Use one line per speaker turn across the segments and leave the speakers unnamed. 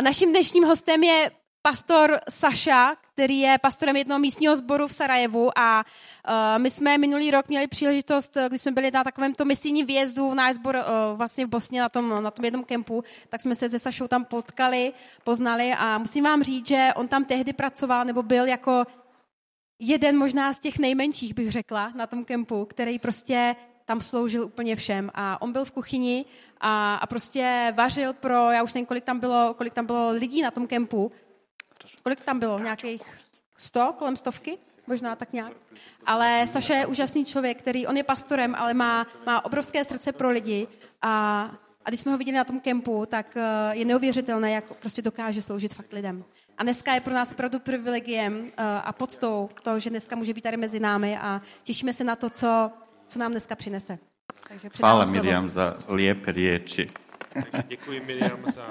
Naším dnešním hostem je pastor Saša, který je pastorem jednoho místního sboru v Sarajevu a uh, my jsme minulý rok měli příležitost, e, když jsme byli na takovém tom misijním výjezdu v náš sbor uh, vlastně v Bosně na tom, na tom jednom kempu, tak jsme se se Sašou tam potkali, poznali a musím vám říct, že on tam tehdy pracoval nebo byl jako jeden možná z těch nejmenších, bych řekla, na tom kempu, který prostě tam sloužil úplně všem. A on byl v kuchyni a, a prostě vařil pro, já už nevím, kolik tam bylo, kolik tam bylo lidí na tom kempu, Kolik tam bylo? Nějakých 100, kolem stovky? Možná tak nějak. Ale Saša je úžasný člověk, který, on je pastorem, ale má, má obrovské srdce pro lidi a, a když jsme ho viděli na tom kempu, tak eh, je neuvěřitelné, jak prostě dokáže sloužit fakt lidem. A dneska je pro nás opravdu privilegiem eh, a poctou to, že dneska může být tady mezi námi a těšíme se na to, co, co nám dneska přinese. Takže předávám
Hvala
slovo.
Mirjam za lijepe riječi.
Takže děkuji Miriam za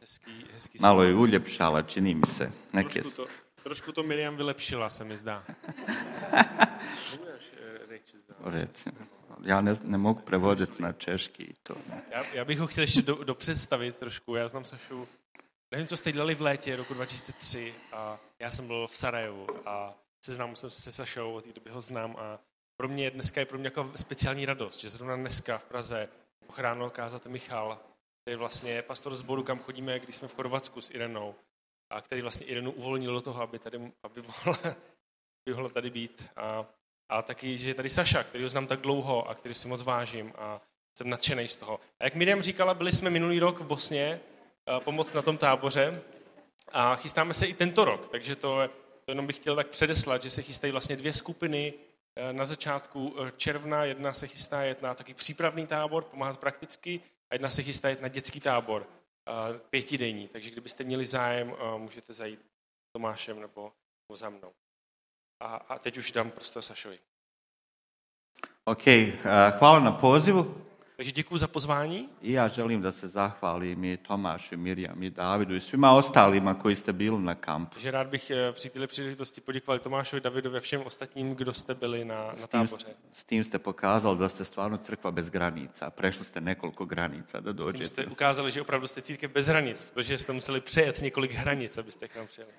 hezký, hezký
Malo je uljepšala, čini mi se.
slovo.
Neke
Trošku
su.
to, trošku to Miriam vylepšila, se mi zdá. Umíš, eh, reči zdá.
Recimo. Ja ne, ne mogu prevoditi na češki i to.
Já, já bych ho chtěl ještě do, dopředstavit trošku. Já znám Sašu, nevím, co jste dělali v létě roku 2003 a já jsem byl v Sarajevu a seznámil jsem se se Sašou, od té doby ho znám a pro mě dneska je pro mě jako speciální radost, že zrovna dneska v Praze ochráno kázat Michal, který je vlastně pastor sboru, kam chodíme, když jsme v Chorvatsku s Irenou, a který vlastně Irenu uvolnil do toho, aby tady aby mohla, aby mohla tady být. A, a taky, že je tady Saša, který ho znám tak dlouho a který si moc vážím a jsem nadšený z toho. A jak Miriam říkala, byli jsme minulý rok v Bosně, eh, pomoc na tom táboře a chystáme se i tento rok, takže to, je- to jenom bych chtěl tak předeslat, že se chystají vlastně dvě skupiny eh, na začátku eh, června, jedna se chystá jet na taky přípravný tábor, pomáhat prakticky, a jedna se chystá jet na dětský tábor, eh, pětidenní, takže kdybyste měli zájem, eh, můžete zajít s Tomášem nebo, nebo za mnou. A, a teď už dám prostor Sašovi.
Ok, a, hvala na pozivu.
Takže děkuji za pozvání.
I ja želim da se zahvalim i Tomašu, i Mirjam, i Davidu i svima ostalima koji ste bili na kampu.
Takže rád bych eh, při této příležitosti poděkoval Tomášovi, Davidovi a všem ostatním, kdo jste byli na, na
S tim,
táboře.
s tim ste pokazali da ste stvarno crkva bez granica. Prešli ste nekoliko granica da
Tím jste
dođete.
ukázali, že opravdu jste církev bez hranic, protože jste museli přejet několik hranic, abyste k nám přijeli.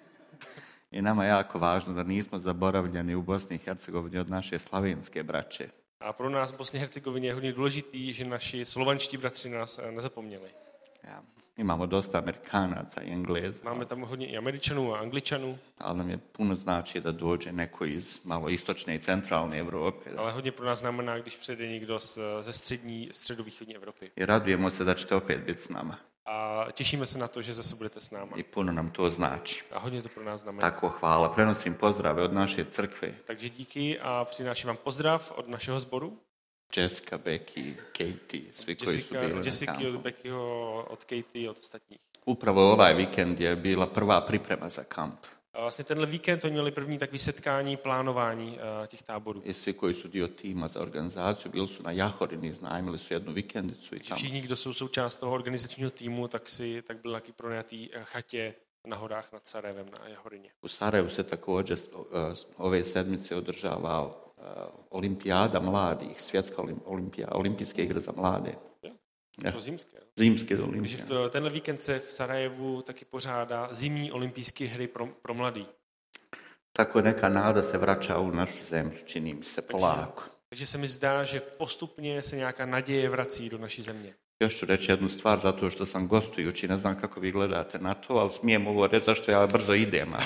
I nama je jako važno da nismo zaboravljeni u Bosni i Hercegovini od naše slavenske braće.
A pro nás v Bosně a Hercegovině je hodně důležitý, že naši slovanští bratři nás eh, nezapomněli.
Ja. Imamo dosta Amerikanaca i Engleza,
Máme tam hodně i Američanů a Angličanů,
ali nam je puno znači da dođe neko iz malo istočne i centralne Evrope.
ale hodně pro nás znamená, když přijede někdo z, ze střední, středovýchodní Evropy.
I radujemo se da ćete opet biti s nama.
A těšíme se na to, že zase budete s náma.
I puno nam to znači.
A hodně to pro nás znamená.
Tako hvala. Prenosim pozdrave od naše crkve.
Takže díky a přináším vám pozdrav od našeho sboru.
Jessica, Becky, Katie, svi koji su
Jessica,
bili na
Jessica od
kampu.
Beckyho, od Katie, od ostatních.
Upravo ovaj vikend je bila prva priprema za kamp.
A vlastně tenhle víkend oni měli první takový setkání, plánování eh, těch táborů.
I svi koji su dio tima za organizaciju bili su na Jahorini, znajmili su jednu vikendicu i
Takže
tamo.
Všichni, kdo jsou součást toho organizačního týmu, tak si tak byl taky pronajatý eh, chatě na horách nad Sarajevem na Jahorině.
U Sarajevu se također eh, ove sedmice održava eh, olimpijada mladih, svjetska olim- olimpija, olimpijske igre za mlade,
Je to zimské. no.
zimske
Takže
olimpije.
v to- tenhle víkend se v Sarajevu taky pořádá zimní olympijské hry pro, pro mladý.
Tako neka nada se vraća u našu zemlju, čini mi se, polako.
Takže se mi zdá, že postupně se nějaká naděje vrací do naší země.
Još ću reći jednu stvar zato što sam gostujući, ne znam kako vi gledate na to, ali smijem ovo reći zašto ja brzo idem. a?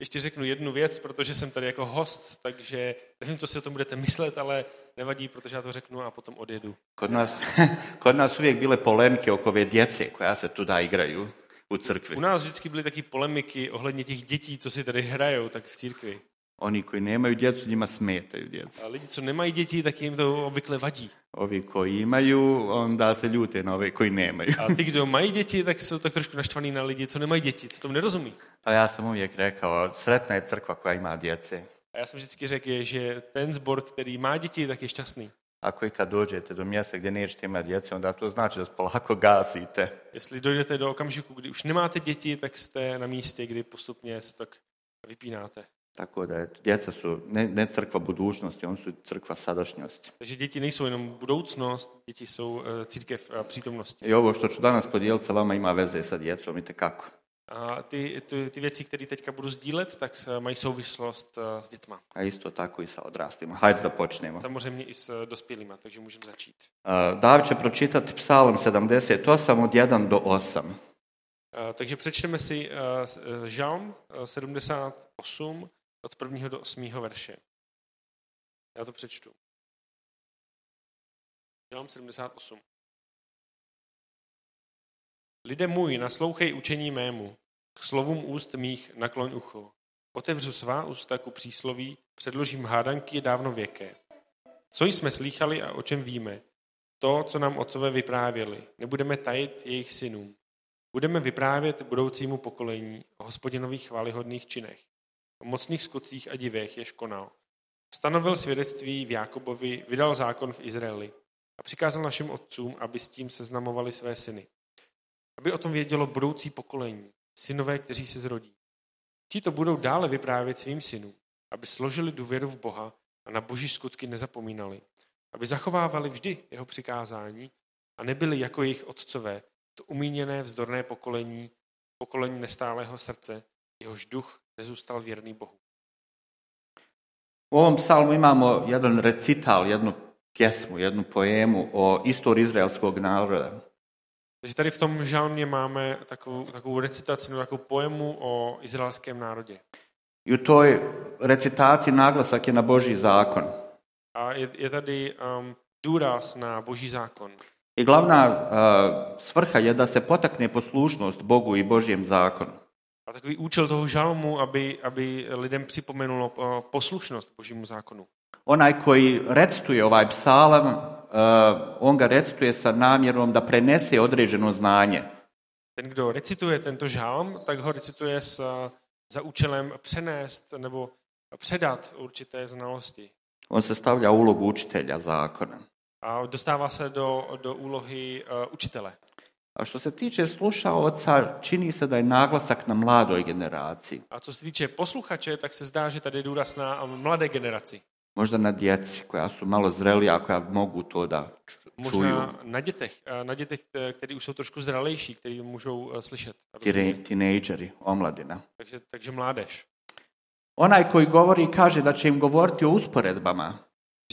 Ještě řeknu jednu věc, protože jsem tady jako host, takže nevím, co si o tom budete myslet, ale nevadí, protože já to řeknu a potom odjedu.
Kod nas, kod nas uvijek bile polemke oko ove djece koja se tuda igraju u crkvi.
U nás vždycky byly taky polemiky ohledně těch dětí, co si tady hrajou, tak v církvi.
Oni koji nemaju djecu, njima smetaju djeca.
A lidi, co nemají děti, tak jim to obvykle vadí.
Ovi koji imaju, onda se ljute na ove koji nemaju.
A ty, kdo mají děti, tak jsou tak trošku naštvaný na lidi, co nemají děti, co tomu nerozumí.
A Pa ja sam uvijek rekao, sretna je crkva koja ima djece.
A já jsem vždycky řekl, že ten zbor, který má děti, tak je šťastný.
Ako i kad dođete do mjesta gdje nećete imati djece, onda to znači da se polako gasite.
Jestli dojdete do okamžiku, kdy už nemáte děti, tak jste na místě, kdy postupně se tak vypínáte.
Tako da, eto, djeca su ne, ne crkva budućnosti, oni su crkva sadašnjosti.
Takže děti nejsou jenom budoucnost, děti jsou eh, církev eh, přítomnosti.
I ovo što ću danas podijeliti sa vama ima veze sa djecom i tekako.
A ty, ty, ty věci, které teďka budu sdílet, tak eh, mají souvislost eh, s dětma.
A isto tako i sa odrastima. Hajde da počnemo.
Samozřejmě i s eh, dospělými, takže můžeme začít.
E, David će pročitati psalam 78 od 1 do 8.
Eh, Takže přečteme si eh, s- eh, Žalm eh, 78 od 1. do 8. verše. Já to přečtu. Žalm 78. Lide můj, naslouchej učení mému, k slovům úst mých nakloň ucho. Otevřu svá ústa ku přísloví, předložím hádanky dávno věké. Co jsme slýchali a o čem víme? To, co nám otcové vyprávěli, nebudeme tajit jejich synům. Budeme vyprávět budoucímu pokolení o hospodinových chválihodných činech, o mocných skutcích a divech, jež konal. Stanovil svědectví v Jákobovi, vydal zákon v Izraeli a přikázal našim otcům, aby s tím seznamovali své syny. Aby o tom vědělo budoucí pokolení, synové, kteří se zrodí. Ti to budou dále vyprávět svým synům, aby složili důvěru v Boha a na boží skutky nezapomínali. Aby zachovávali vždy jeho přikázání a nebyli jako jejich otcové, to umíněné vzdorné pokolení, pokolení nestálého srdce, jehož duch nezůstal věrný Bohu.
U ovom psalmu imamo jedan recital, jednu pjesmu, jednu poemu o istoriji izraelskog naroda.
Takže tady v tom žalmě máme takovou, takovou recitaci, nebo takovou poemu o izraelském národě.
I u toj recitaciji naglasak je na Božji zakon.
A je, je tady um, důraz na boží zákon.
I glavna e, svrha je da se potakne poslušnost Bogu i Božjem zakonu.
A takový účel toho žalmu, aby, aby lidem připomenulo eh, poslušnost božímu zákonu.
Onaj koji recituje ovaj psalam, e, on ga recituje sa namjerom da prenese određeno znanje.
Ten, kdo recituje tento žálm, tak ho recituje s, za účelem přenést nebo předat určité znalosti.
On se stavlja u ulogu učitelja zakona.
A dostává se do, do úlohy eh, učitele.
A što se tiče slušaoca, čini se da je naglasak na mladoj generaciji,
A co se týče posluchače, tak se zdá, že tady je důraz na eh, mladé generaci.
možda na djeci koja su malo zrelija, koja mogu to da ču- čuju,
Možná na dětech, eh, na dětech, kteří už jsou trošku zralejší, kteří můžou eh, slyšet. a rozumět.
tire- tinejdžeri, omladina.
Takže, takže mládež.
Onaj koji govori kaže da će im govoriti o usporedbama,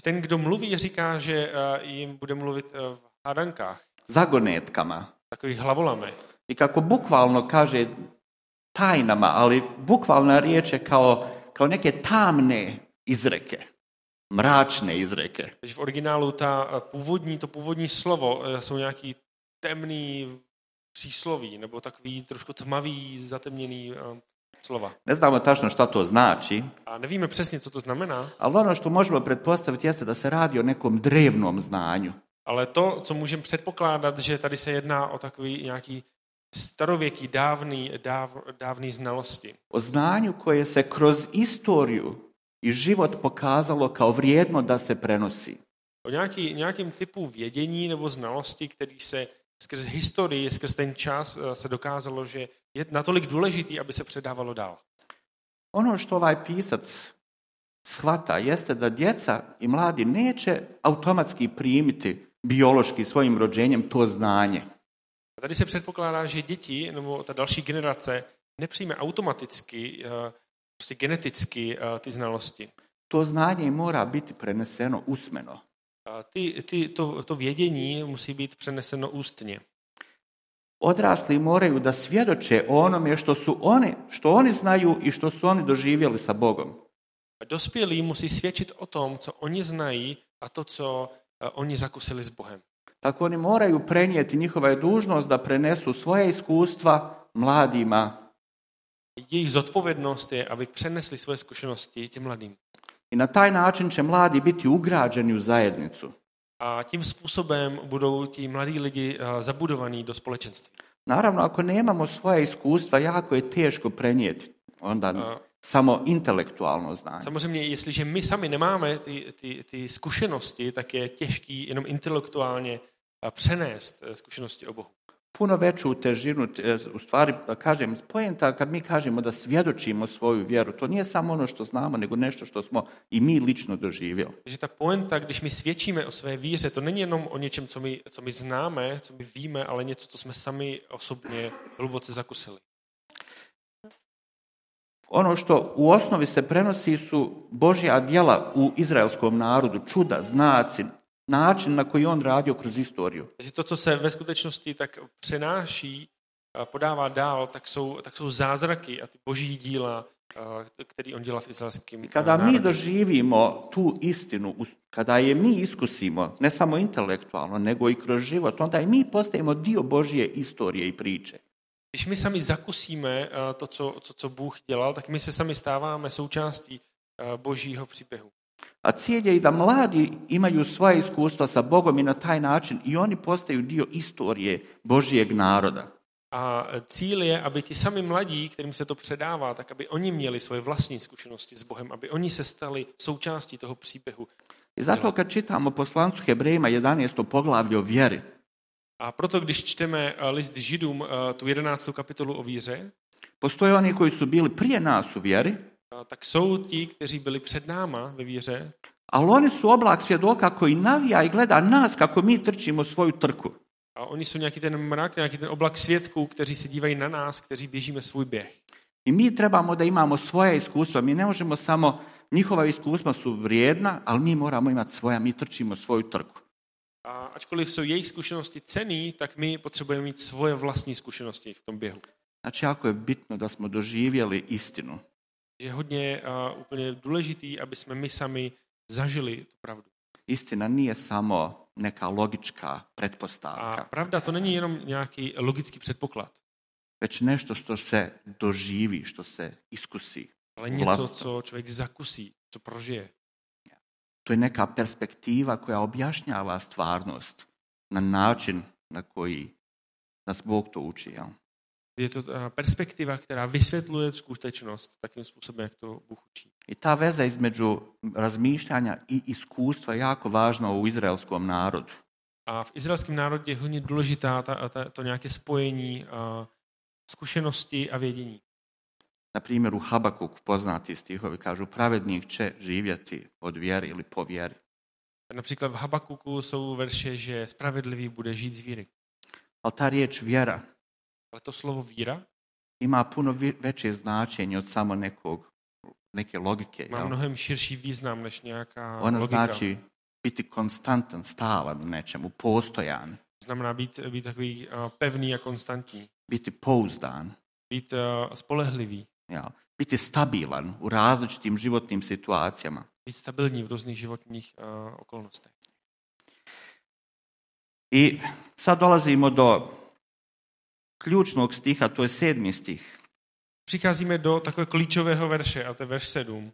Ten, kdo mluví, říká, že eh, jim bude mluvit eh, v hádankách,
zagonetkama.
takových hlavolamech.
I kako bukvalno kaže tajnama, ali bukvalna riječ je kao, kao neke tamne izreke, mračne izreke.
Takže v originálu ta eh, původní, to původní slovo eh, jsou nějaký temný přísloví, nebo takový trošku tmavý, zatemněný eh, slova.
Ne znamo tačno šta to znači,
A nevíme přesně, co to znamená,
Ali ono što možemo pretpostaviti jeste da se radi o nekom drevnom znanju.
Ale to, co můžeme předpokládat, že tady se jedná o takový nějaký starověký, dávný, dáv, dávný znalosti.
O znanju koje se kroz istoriju i život pokazalo kao vrijedno da se prenosi.
O nějaký, nějakým typu vědění nebo znalosti, který se skrz historii, skrz ten čas eh, se dokázalo, že je natolik důležitý, aby se předávalo dál.
Ono što ovaj pisac shvata jeste da djeca i mladi neće automatski primiti biološki svojim rođenjem to znanje.
A tady se předpokládá, že děti nebo ta další generace nepřijme automaticky, eh, prostě geneticky eh, ty znalosti.
To znanje im mora biti preneseno usmeno.
A Ty, ty, to, to vědění musí být přeneseno ústně.
Odrasli moraju da svjedoče o onome što su oni, što oni znaju i što su oni doživjeli sa Bogom.
Dospělí musí svědčit o tom, co oni znají a to, co eh, oni zakusili s Bohem.
Tako oni moraju prenijeti, njihova je dužnost da prenesu svoje iskustva mladima.
Jejich zodpovědnost je, aby přenesli svoje zkušenosti těm mladým.
I na taj način će mladi biti ugrađeni u zajednicu.
A tím způsobem budou ti mladí lidi eh, zabudovaní do společenství.
Naravno, ako nemamo svoje iskustva, jako je teško prenijeti onda
A-
samo intelektualno znanje.
Samozřejmě, jestliže my sami nemáme ty, ty, ty zkušenosti, tak je těžký jenom intelektuálně eh, přenést eh, zkušenosti o Bohu.
puno veću težinu, e, u stvari, da kažem, pojenta kad mi kažemo da svjedočimo svoju vjeru, to nije samo ono što znamo, nego nešto što smo i mi lično doživjeli.
Takže ta poenta, když my svědčíme o své víře, to není jenom o něčem, co my, co my známe, co my víme, ale něco, co jsme sami osobně hluboce zakusili.
Ono što u osnovi se prenosi su Božja djela u izraelskom narodu, čuda, znaci, način na koji on radio kroz istoriju.
Takže to, co se ve skutečnosti tak přenáší a podává dál, tak jsou, tak jsou zázraky a ty boží díla, a, který on dělá v izraelském
I
a,
kada mi
národě.
doživimo tu istinu, us- kada je mi iskusimo, ne samo intelektualno, nego i kroz život, onda i mi postajemo dio Božje istorije i priče.
Když my sami zakusíme a, to, co, co, co Bůh dělal, tak my se sami stáváme součástí a, božího příběhu.
A cilj je i da mladi imaju svoje iskustva sa Bogom i na taj način i oni postaju dio istorije Božijeg naroda.
A e, cíl je, aby ti sami mladí, kterým se to předává, tak aby oni měli svoje vlastní zkušenosti s Bohem, aby oni se stali součástí toho příběhu.
I zato kad čitamo poslancu Hebrejima 11. poglavlje o vjeri,
A proto, když čteme eh, list Židům, eh, tu 11. kapitolu o víře, e,
postoje oni koji su bili prije nas u vjeri,
eh, tak jsou ti, kteří byli před náma ve víře,
ali oni su oblak svjedoka koji navija i gleda nas kako mi trčimo svoju trku.
a oni jsou nějaký ten mrak, nějaký ten oblak svědků, kteří se dívají na nás, kteří běžíme svůj běh.
I mi trebamo da imamo svoja iskustva. Mi ne možemo samo, njihova iskustva su vrijedna, ali mi moramo imati svoja, mi trčimo svoju trku.
A ačkoliv jsou jejich zkušenosti cený, tak my potřebujeme mít svoje vlastní zkušenosti v tom běhu.
Znači, jako je bitno da smo doživjeli istinu.
Je hodně a, úplně důležitý, aby jsme my sami zažili tu pravdu.
Istina nije samo neka logička
A
pretpostavka,
pravda to není jenom nějaký logický předpoklad,
već nešto što se doživi, što se iskusi.
ale
Vlast-
něco, co člověk zakusí, co prožije.
To je neka perspektiva koja objašnjava stvarnost na način na koji nas Bog to uči. Jel?
Je to eh, perspektiva, která vysvětluje skutečnost takým způsobem, jak to Bůh učí.
I ta veza između razmišljanja i iskustva je jako važna u izraelskom narodu.
A v izraelském národě je hodně důležitá ta, ta, to nějaké spojení a zkušenosti a vědění.
Na primjer, u Habakuku poznati stihovi kažu pravednik će živjeti od vjeri ili po vjeri.
Například v Habakuku jsou verše, že spravedlivý bude žít z víry.
Ali ta riječ vjera
Ale to slovo víra
ima puno vi- veće značenje od samo nekog, neke logike.
má
jel?
mnohem širší význam než nějaká
Ona
logika.
znači biti konstantan, stalan u nečemu, postojan,
Znamená být, být takový eh, pevný a konstantní.
biti pouzdan,
Být eh, spolehlivý.
jel? biti stabilan u različitim životnim situacijama.
být stabilní v různých životních eh, okolnostech.
I sad dolazimo do ključnog stiha, to je sedmi stih.
Přicházíme do takové klíčového verše, a to je verš 7.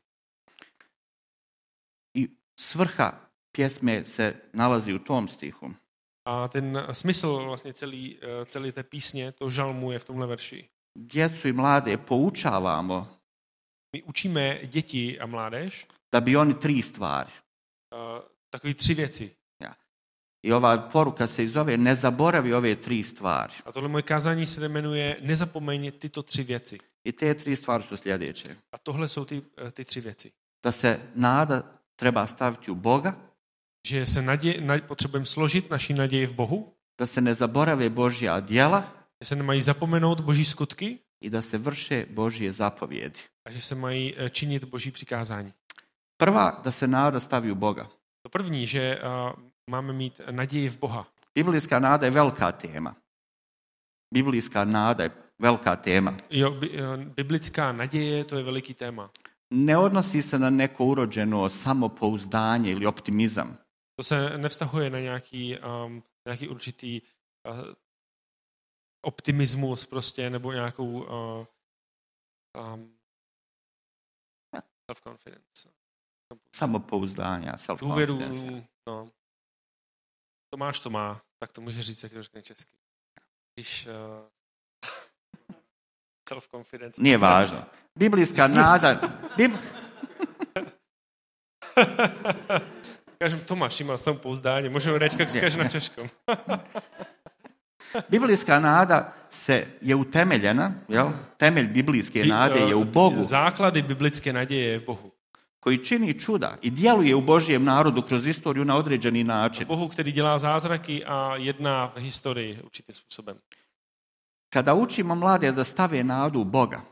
I svrha pjesme se nalazi u tom stihu.
A ten smysl vlastně celý, eh, celé té písně, to žalmu je v tomhle verši.
Djecu i mlade poučavamo
My učíme děti a mládež
da bi oni tri stvari.
eh, takové tři věci.
I ova poruka se i zove ne zaboravi ove tri stvari.
A tohle moje kázání se jmenuje Nezapomeň tyto tři věci.
I te tri stvari su sljedeće.
A tohle jsou ty, eh, ty tři věci.
Da se nada treba staviti u Boga,
Že se naděje, na, potřebujeme složit naši naději v Bohu,
da se ne zaborave Božja djela
že se nemají zapomenout boží skutky
i da se vrše Božje zapovjedi.
a že se mají eh, činit boží přikázání.
Prva, da se nada stavi u Boga.
To první, že eh, máme mít naději v Boha.
Biblijska nada je velika tema. Biblijska nada je velika tema.
Jo, bi- eh, biblická naděje, to je veliký téma.
Ne odnosi se na neko urođeno samopouzdanje ili optimizam,
To se nevztahuje na nějaký, um, nějaký určitý uh, optimismus prostě, nebo nějakou uh, um, self-confidence.
samopouzdanja,
Důvěru,
self-confidence.
no. Tomáš to má, tak to může říct, jak to řekne česky. Když eh, uh, self-confidence.
Nije važno. Biblijska nada... Bib...
Kažem Tomáš, imel jsem pouzdání, můžeme říct, jak se kaže na českom.
Biblijska nada se je utemeljena, jel? temelj biblijske nade
e,
je u Bogu
Eh, Základy biblické naděje je v Bohu.
koji čini čuda i djeluje u Božijem narodu kroz istoriju na određeni način.
Bohu, který dělá zázraky a jedná v historii určitým způsobem.
Kada učimo mlade da stave nadu u Boga,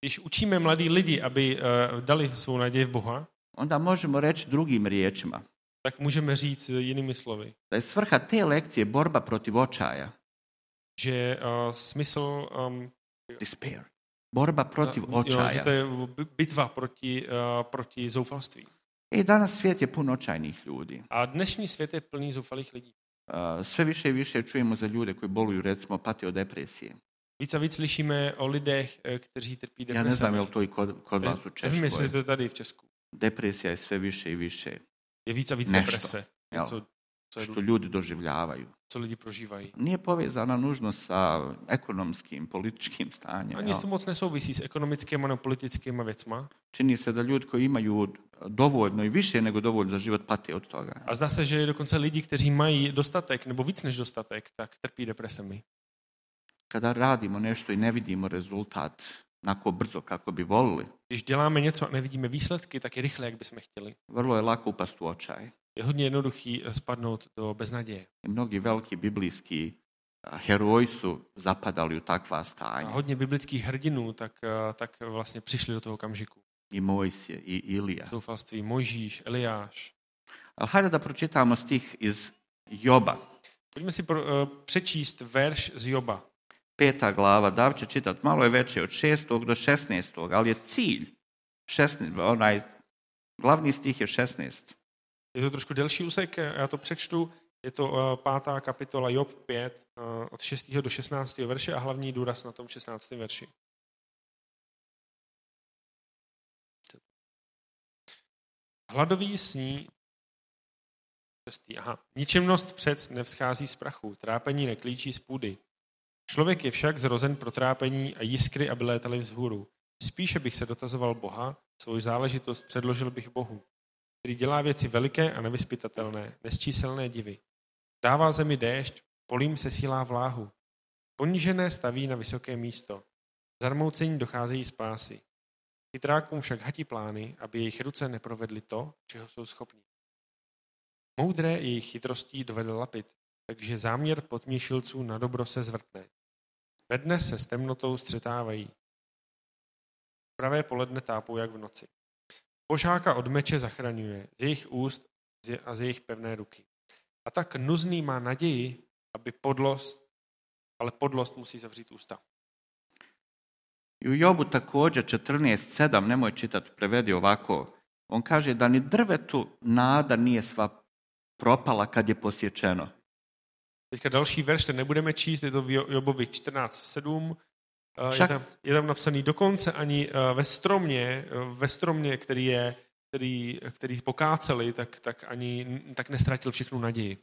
Když učíme mladí lidi, aby eh, dali svou naději v Boha,
onda možemo reći drugim riječima
tak můžeme říct jinými slovy,
da je svrha te lekcije borba protiv očaja,
že eh, smysl um,
despair, borba protiv
Eh, jo, že
očaja.
to je b- bitva proti, eh, proti zoufalství.
I E, danas svijet je pun očajnih ljudi.
A dnešní svět je plný zoufalých lidí.
Uh, Sve više i više čujemo za ljude koji boluju, recimo, pati od depresije.
Víc a víc slyšíme o lidech, eh, kteří trpí
Ja ne znam je li
depresemi. Eh,
to i kod, kod vas u
Nevím, jestli
Češkoj.
E, je to tady v Česku.
Depresija je sve više i više.
Je víc a víc
Nešto.
deprese,
Jel,
co, co, je,
što ljudi doživljavaju.
co lidi prožívají.
Nije povezana nužno sa ekonomskim, političkim stanjem.
Ani
jel.
to moc nesouvisí s ekonomickými a politickými věcma.
Čini se da ljudi koji imaju dovoljno i više nego dovoljno za život pate od toga.
A zdá se, že dokonce lidi, kteří mají dostatek nebo víc než dostatek, tak trpí depresemi.
Kada radimo nešto i ne vidimo rezultat onako brzo kako bi volili,
Když děláme něco a nevidíme výsledky, tak je rychle, jak bychom chtěli.
vrlo je lako upast u očaj.
Je hodně jednoduchý eh, spadnout do beznaděje.
I mnogi veliki biblijski a, heroji su zapadali u takva
A
stanja.
hodně biblických hrdinů tak, eh, tak vlastně přišli do toho okamžiku.
I Mojsije, i Ilija.
Doufalství Mojžíš, Eliáš.
Ali hajde da pročitamo stih iz Joba.
Pojďme si pro, eh, přečíst verš z Joba.
peta glava, Dav će čitat, malo je veće od šestog do šestnestog, ali je cilj, 16, onaj, glavni stih je 16.
Je to trošku delší úsek, eh, já to přečtu. Je to eh, pátá kapitola Job 5 eh, od 6. do 16. verše a hlavní důraz na tom 16. verši. Hladový sní šestý, aha. Ničemnost přec nevzchází z prachu, trápení neklíčí z půdy. Člověk je však zrozen pro trápení a jiskry, aby létaly vzhůru. Spíše bych se dotazoval Boha, svou záležitost předložil bych Bohu který dělá věci veliké a nevyspytatelné, nesčíselné divy. Dává zemi déšť, polím se sílá vláhu. Ponížené staví na vysoké místo. Zarmoucení docházejí z pásy. Chytrákům však hatí plány, aby jejich ruce neprovedly to, čeho jsou schopní. Moudré jejich chytrostí dovedl lapit, takže záměr potměšilců na dobro se zvrtne. Ve dne se s temnotou střetávají. Pravé poledne tápou jak v noci. Pošáka od meče zachraňuje, z jejich úst z- a z jejich pevné ruky. A tak nuzný má naději, aby podlost, ale podlost musí zavřít ústa.
I u Jobu također 14.7, nemoj čitati, prevedi ovako. On kaže da ni drvetu nada nije sva propala kad je posječeno.
Teďka další verš, ten nebudeme číst, je to v Jo- Jobovi 14.7. Eh, Je
Však-
tam, je tam napsaný dokonce ani eh, ve stromě, eh, ve stromě, který je který, eh, který pokáceli, tak, tak ani tak nestratil všechnu naději.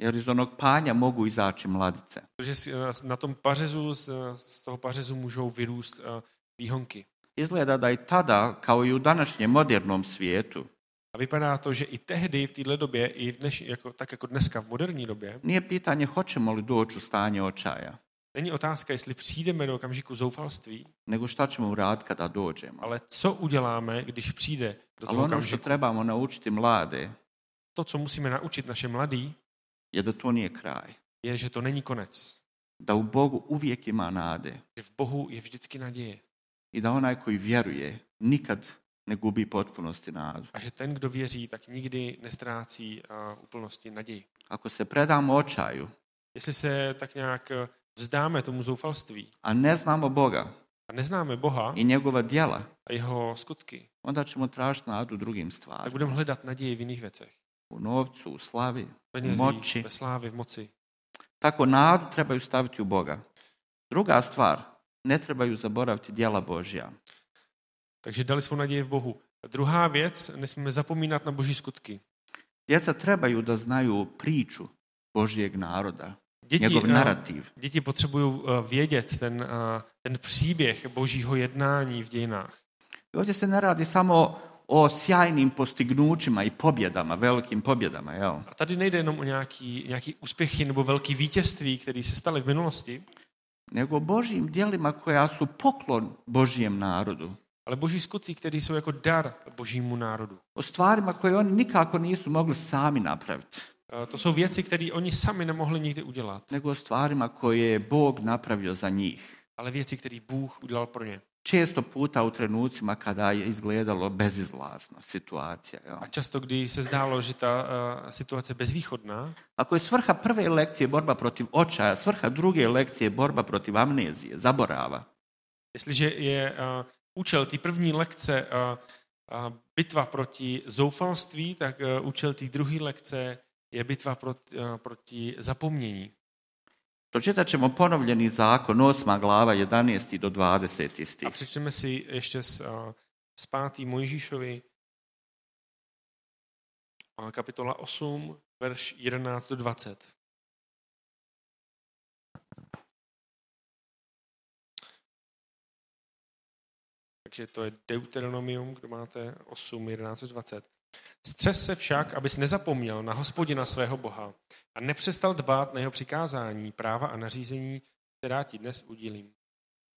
Jer iz onog panja mogu izaći mladice.
Protože si, eh, na tom pařezu, z- eh, z toho pařezu můžou vyrůst eh, výhonky.
Izgleda da i tada, kao i u današnjem modernom svijetu,
A vypadá to, že i tehdy, v této době, i v dneš, jako, tak jako dneska v moderní době,
nije pitanje hoćemo li doći u stanje očaja,
není otázka, jestli přijdeme do okamžiku zoufalství,
nego šta ćemo uraditi kada dođemo.
ale co uděláme, když přijde do
Ali
toho
ono što
okamžiku.
trebamo naučiti mlade
To, co musíme naučit naše mladý,
je da to nije kraj.
je, že to není konec.
Da u Bogu uvijek ima nade
Že v Bohu je vždycky naděje.
i da onaj koji vjeruje nikad ne gubi potpunosti nadu.
A že ten, kdo věří, tak nikdy nestrácí a, úplnosti naději.
Ako se predamo očaju,
Jestli se tak nějak eh, vzdáme tomu zoufalství
a ne znamo Boga
a neznáme Boha
i njegova djela,
a jeho skutky,
onda ćemo tražiti nadu u drugim
tak
stvarima.
budeme hledat naději v jiných věcech.
U novcu, u slavi,
V
u
Penězí,
moći.
ve slávě, v moci.
Tako nadu trebaju staviti u Boga. Druga stvar, ne trebaju zaboraviti djela Božja.
Takže dali svou naději v Bohu. A druhá věc, nesmíme zapomínat na boží skutky.
Djeca trebaju da znaju priču Božijeg naroda,
Děti,
njegov
eh,
narativ.
děti potřebují eh, vědět ten, eh, ten příběh božího jednání v dějinách.
I ovdje se ne radi samo o sjajnim postignućima i pobjedama, velikim pobjedama, jel?
A tady nejde jenom o nějaký, nějaký úspěchy nebo velký vítězství, které se staly v minulosti,
Nego o Božjim djelima koja su poklon Božijem narodu.
ale boží skutci, které jsou jako dar božímu národu.
O stvarima koje oni nikako nisu mogli sami napraviti.
Eh, To jsou věci, které oni sami nemohli nikdy udělat,
Nego o stvarima koje je Bog napravio za njih.
ale věci, které Bůh udělal pro ně.
Često puta u trenucima kada je izgledalo bezizlazno situacija. Jel?
A často, kdy se zdálo, že ta eh, situace je bezvýchodná,
Ako je svrha prve lekcije borba protiv očaja, svrha druge lekcije borba protiv amnezije, zaborava.
Jestliže je uh, účel té první lekce uh, uh, bitva proti zoufalství, tak uh, účel té druhé lekce je bitva proti, uh, proti zapomnění.
Pročitat ćemo ponovljeni zakon, 8. glava, 11. do 20.
A
stih.
přečteme si ještě z, uh, z pátý Mojžíšovi uh, kapitola 8, verš 11 do 20. Takže to je Deuteronomium, kdo máte 8, 11 až 20. Střes se však, abys nezapomněl na hospodina svého Boha a nepřestal dbát na jeho přikázání, práva a nařízení, která ti dnes udělím.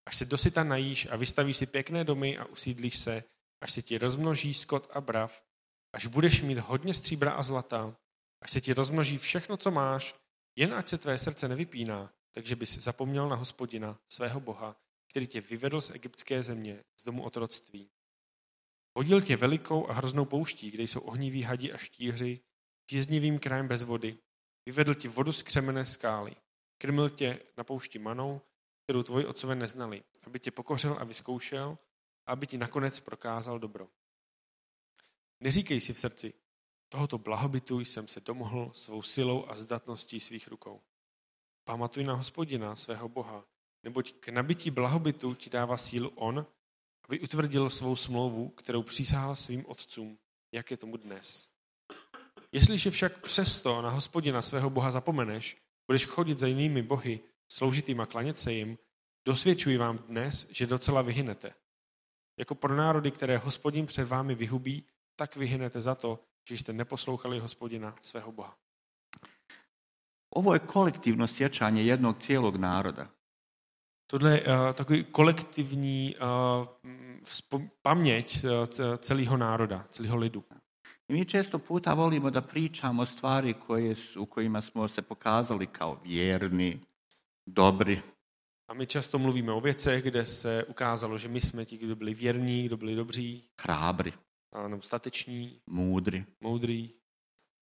Až se dosyta najíš a vystavíš si pěkné domy a usídlíš se, až se ti rozmnoží skot a brav, až budeš mít hodně stříbra a zlata, až se ti rozmnoží všechno, co máš, jen ať se tvé srdce nevypíná, takže bys zapomněl na hospodina, svého boha, který tě vyvedl z egyptské země, z domu otroctví. Vodil tě velikou a hroznou pouští, kde jsou ohniví hadi a štíři, žíznivým krajem bez vody. Vyvedl ti vodu z křemené skály. Krmil tě na poušti manou, kterou tvoji otcové neznali, aby tě pokořil a vyzkoušel, a aby ti nakonec prokázal dobro. Neříkej si v srdci, tohoto blahobytu jsem se domohl svou silou a zdatností svých rukou. Pamatuj na hospodina, svého Boha, neboť k nabití blahobytu ti dává sílu on, aby utvrdil svou smlouvu, kterou přísahal svým otcům, jak je tomu dnes. Jestliže však přesto na hospodina svého boha zapomeneš, budeš chodit za jinými bohy, sloužit jim a klanět se jim, dosvědčuji vám dnes, že docela vyhynete. Jako pro národy, které hospodin před vámi vyhubí, tak vyhynete za to, že jste neposlouchali hospodina svého boha.
Ovo je kolektivno sjećanje jednog cijelog naroda.
Tohle je uh, takový kolektivní uh, mm, vzpom- paměť uh, c- celého národa, celého lidu.
I mi često puta volimo da pričamo stvari koje su, u kojima smo se pokazali kao vjerni, dobri.
A my často mluvíme o věcech, kde se ukázalo, že my jsme ti, kdo byli věrní, kdo byli dobří,
hrabri,
a nebo stateční,
mudri.
moudrý.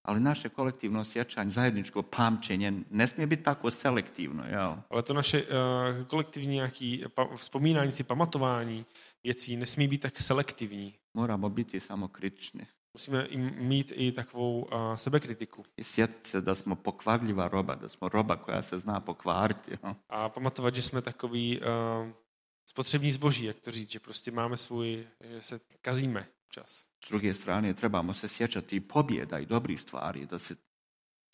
Ali naše kolektivno sjećanje, zajedničko pamćenje ne smije biti tako selektivno. Jel?
Ale to naše eh, kolektivní nějaký pa- vzpomínání si, pamatování věcí nesmí být tak selektivní.
Moramo biti samo kritični
Musíme i mít i takovou eh, sebekritiku
i sjetiti se da smo pokvarljiva roba, da smo roba koja se zna pokvariti. Jel?
a pamatovat, že jsme takový eh, spotřební zboží, jak to říct, že prostě máme svůj, že se kazíme čas.
S druge strane, trebamo se sjećati i pobjeda i dobrih stvari, da se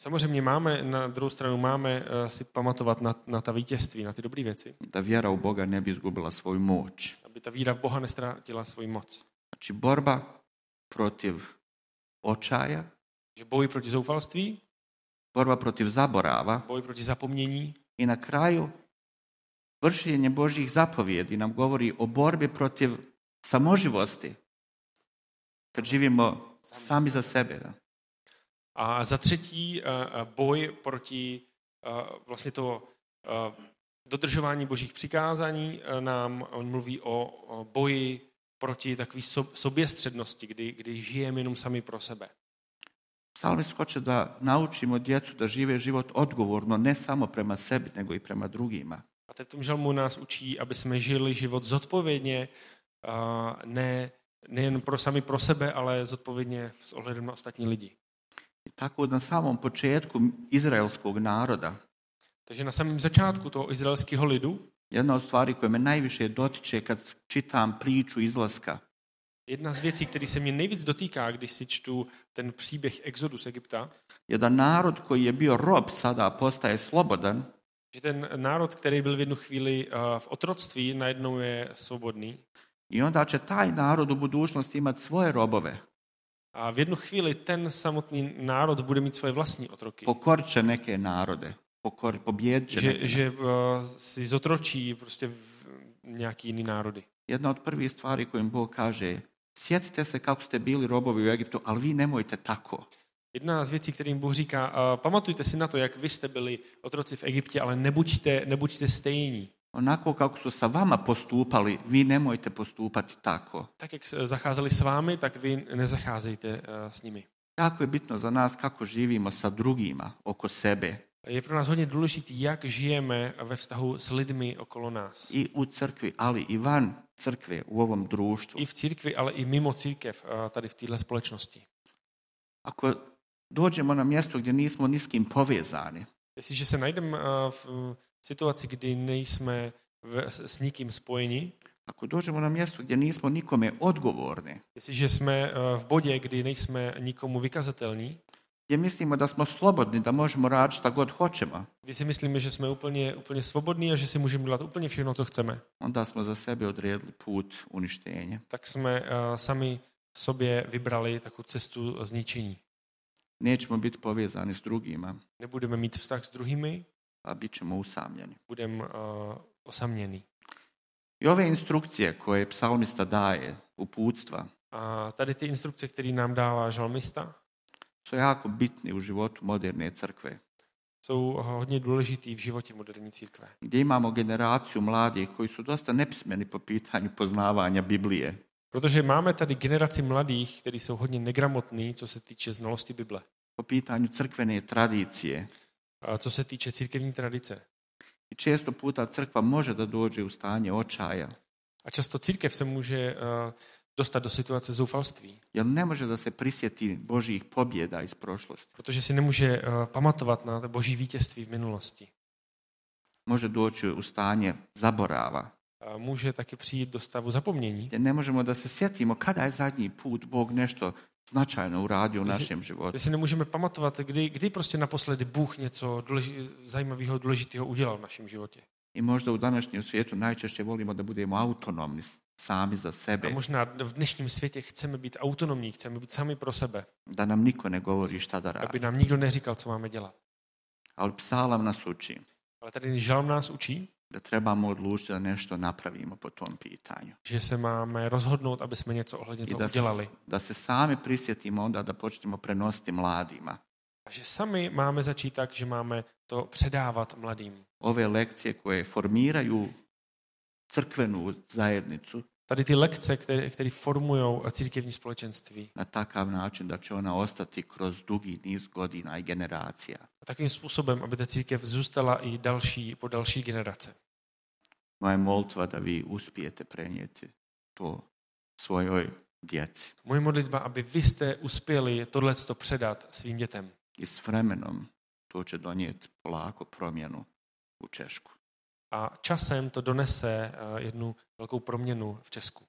Samozřejmě máme, na druhou stranu máme eh, si pamatovat na, na ta vítězství, na ty dobré věci,
da vjera u Boga ne bi izgubila svoju moć.
aby ta víra v Boha nestrátila svoji moc.
Znači, borba protiv očaja,
Že boj proti zoufalství,
borba protiv zaborava
boj proti zapomnění,
i na kraju vršenje Božjih zapovjedi nam govori o borbi protiv samoživosti. Kad živimo sami za sebe. da.
A za třetí eh, eh, boj proti eh, vlastně to eh, dodržování božích přikázání eh, nám on mluví o o boji proti takové soběstřednosti, kdy, kdy žijeme jenom sami pro sebe.
Psalmist hoće da naučimo djecu da žive život odgovorno, ne samo prema sebi, nego i prema drugima.
A teď v tom žalmu nás učí, aby jsme žili život zodpovědně, eh, ne, nejen pro sami pro sebe, ale zodpovědně s ohledem na ostatní lidi.
I tako na samom početku izraelskog naroda,
Takže na samém začátku toho izraelského lidu
jedna od stvari koja me najviše dotiče kad čitam priču izlaska,
Jedna z věcí, které se mě nejvíc dotýká, když si čtu ten příběh exodu z Egypta,
je da narod koji je bio rob sada postaje slobodan,
že ten národ, který byl v jednu chvíli eh, v otroctví, najednou je svobodný.
I onda će taj narod u budućnosti imati svoje robove.
A v jednu chvíli ten samotný národ bude mít svoje vlastní otroky.
Pokorit će neke narode. Pokor, pobjedit će neke
Že, že eh, si zotročí prostě v- nějaký jiný národy.
Jedna od prvih stvari kojim Bog kaže sjetite se kako ste bili robovi u Egiptu, ali vi nemojte tako.
Jedna z věcí, kterým Bůh říká, eh, pamatujte si na to, jak vy jste byli otroci v Egyptě, ale nebuďte, nebuďte stejní.
Onako kako su sa vama postupali, vi nemojte postupati tako.
Tak, jak s- zacházeli s vámi, tak vy nezacházejte eh, s nimi.
Jako je bitno za nas kako živimo sa drugima oko sebe
Je pro nás hodně důležitý, jak žijeme ve vztahu s lidmi okolo nás.
i u crkvi, ali i van crkve u ovom društvu.
I v církvi, ale i mimo církev, eh, tady v téhle společnosti.
Ako dođemo na mjesto gdje nismo ni s kim povezani,
Jestliže se najdeme eh, v situaci, kdy nejsme v- s s nikým spojeni,
ako dođemo na mjesto gdje nismo nikome odgovorni,
jestliže jsme eh, v bodě, kdy nejsme nikomu vykazatelní,
gdje mislimo da smo slobodni, da možemo raditi šta god hoćemo,
kdy si myslíme, že jsme úplně, úplně svobodní a že si můžeme dělat úplně všechno, co chceme,
onda smo za sebe odredili put uništenja.
tak jsme eh, sami sobě vybrali takovou cestu zničení.
Nećemo biti povezani s drugima,
Nebudeme mít vztah s druhými,
a bit ćemo usamljeni.
budeme eh, osaměný.
I ove instrukcije koje psalmista daje, uputstva,
A tady ty instrukce, které nám dává žalmista,
su jako bitni u životu moderne crkve,
jsou hodně důležitý v životě moderní církve.
gdje imamo generaciju mladih koji su dosta nepismeni po pitanju poznavanja Biblije.
Protože máme tady generaci mladých, kteří jsou hodně negramotní, co se týče znalosti Bible,
po pitanju crkvene tradicije.
a co se týče církevní tradice.
I često puta crkva može da dođe u stanje očaja,
A často církev se může eh, dostat do situace zoufalství,
jer ne može da se prisjeti Božijih pobjeda iz prošlosti.
protože si nemůže eh, pamatovat na boží vítězství v minulosti.
Može doći u stanje zaborava,
A Může taky přijít do stavu zapomnění,
gdje ne možemo da se sjetimo kada je zadnji put Bog nešto značajno uradio u
To si-
našem životu.
že si nemůžeme pamatovat, kdy, kdy prostě naposledy Bůh něco důleži, zajímavého, důležitého udělal v našem životě.
I možda u današnjem svijetu najčešće volimo da budemo autonomni sami za
A
sebe,
možná v dnešním světě chceme být autonomní, chceme být sami pro sebe,
da nam niko ne govori šta da
aby
radi.
nám nikdo neříkal, co máme dělat.
Ali psalam nas uči
Ale tady žalm nás učí,
da trebamo odlučiti da nešto napravimo po tom pitanju.
že se máme rozhodnout, aby jsme něco ohledně
I
toho
da se,
udělali.
da se sami prisjetimo onda da počnemo prenositi mladima.
A že sami máme začít tak, že máme to předávat mladým.
Ove lekcije koje formiraju crkvenu zajednicu
Tady ty lekce, které, které formují církevní společenství,
na takav način da će ona ostati kroz dugi niz godina i generacija.
a takým způsobem, aby ta církev zůstala i další, po další generace.
Moja je molitva da vi uspijete prenijeti to svojoj djeci.
Moje modlitba, aby vy jste uspěli tohleto předat svým dětem.
I s vremenom to će donijeti polako promjenu u Češku.
A časem to donese eh, jednu velkou proměnu v Česku.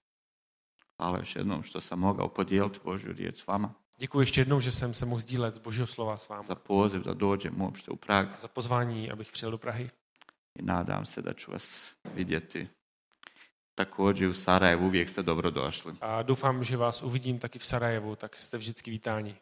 Hvala još jednom što sam mogao podijeliti Božju riječ s vama
Děkuji ještě jednou, že jsem se mohl sdílet z Božího slova s vámi.
za poziv da dođem uopšte u Prag.
Za pozvání, abych přijel do Prahy.
i nadam se da ću vas vidjeti. Također u Sarajevu uvijek ste dobrodošli.
A doufám, že vás uvidím taky v Sarajevu, tak jste vždycky vítáni.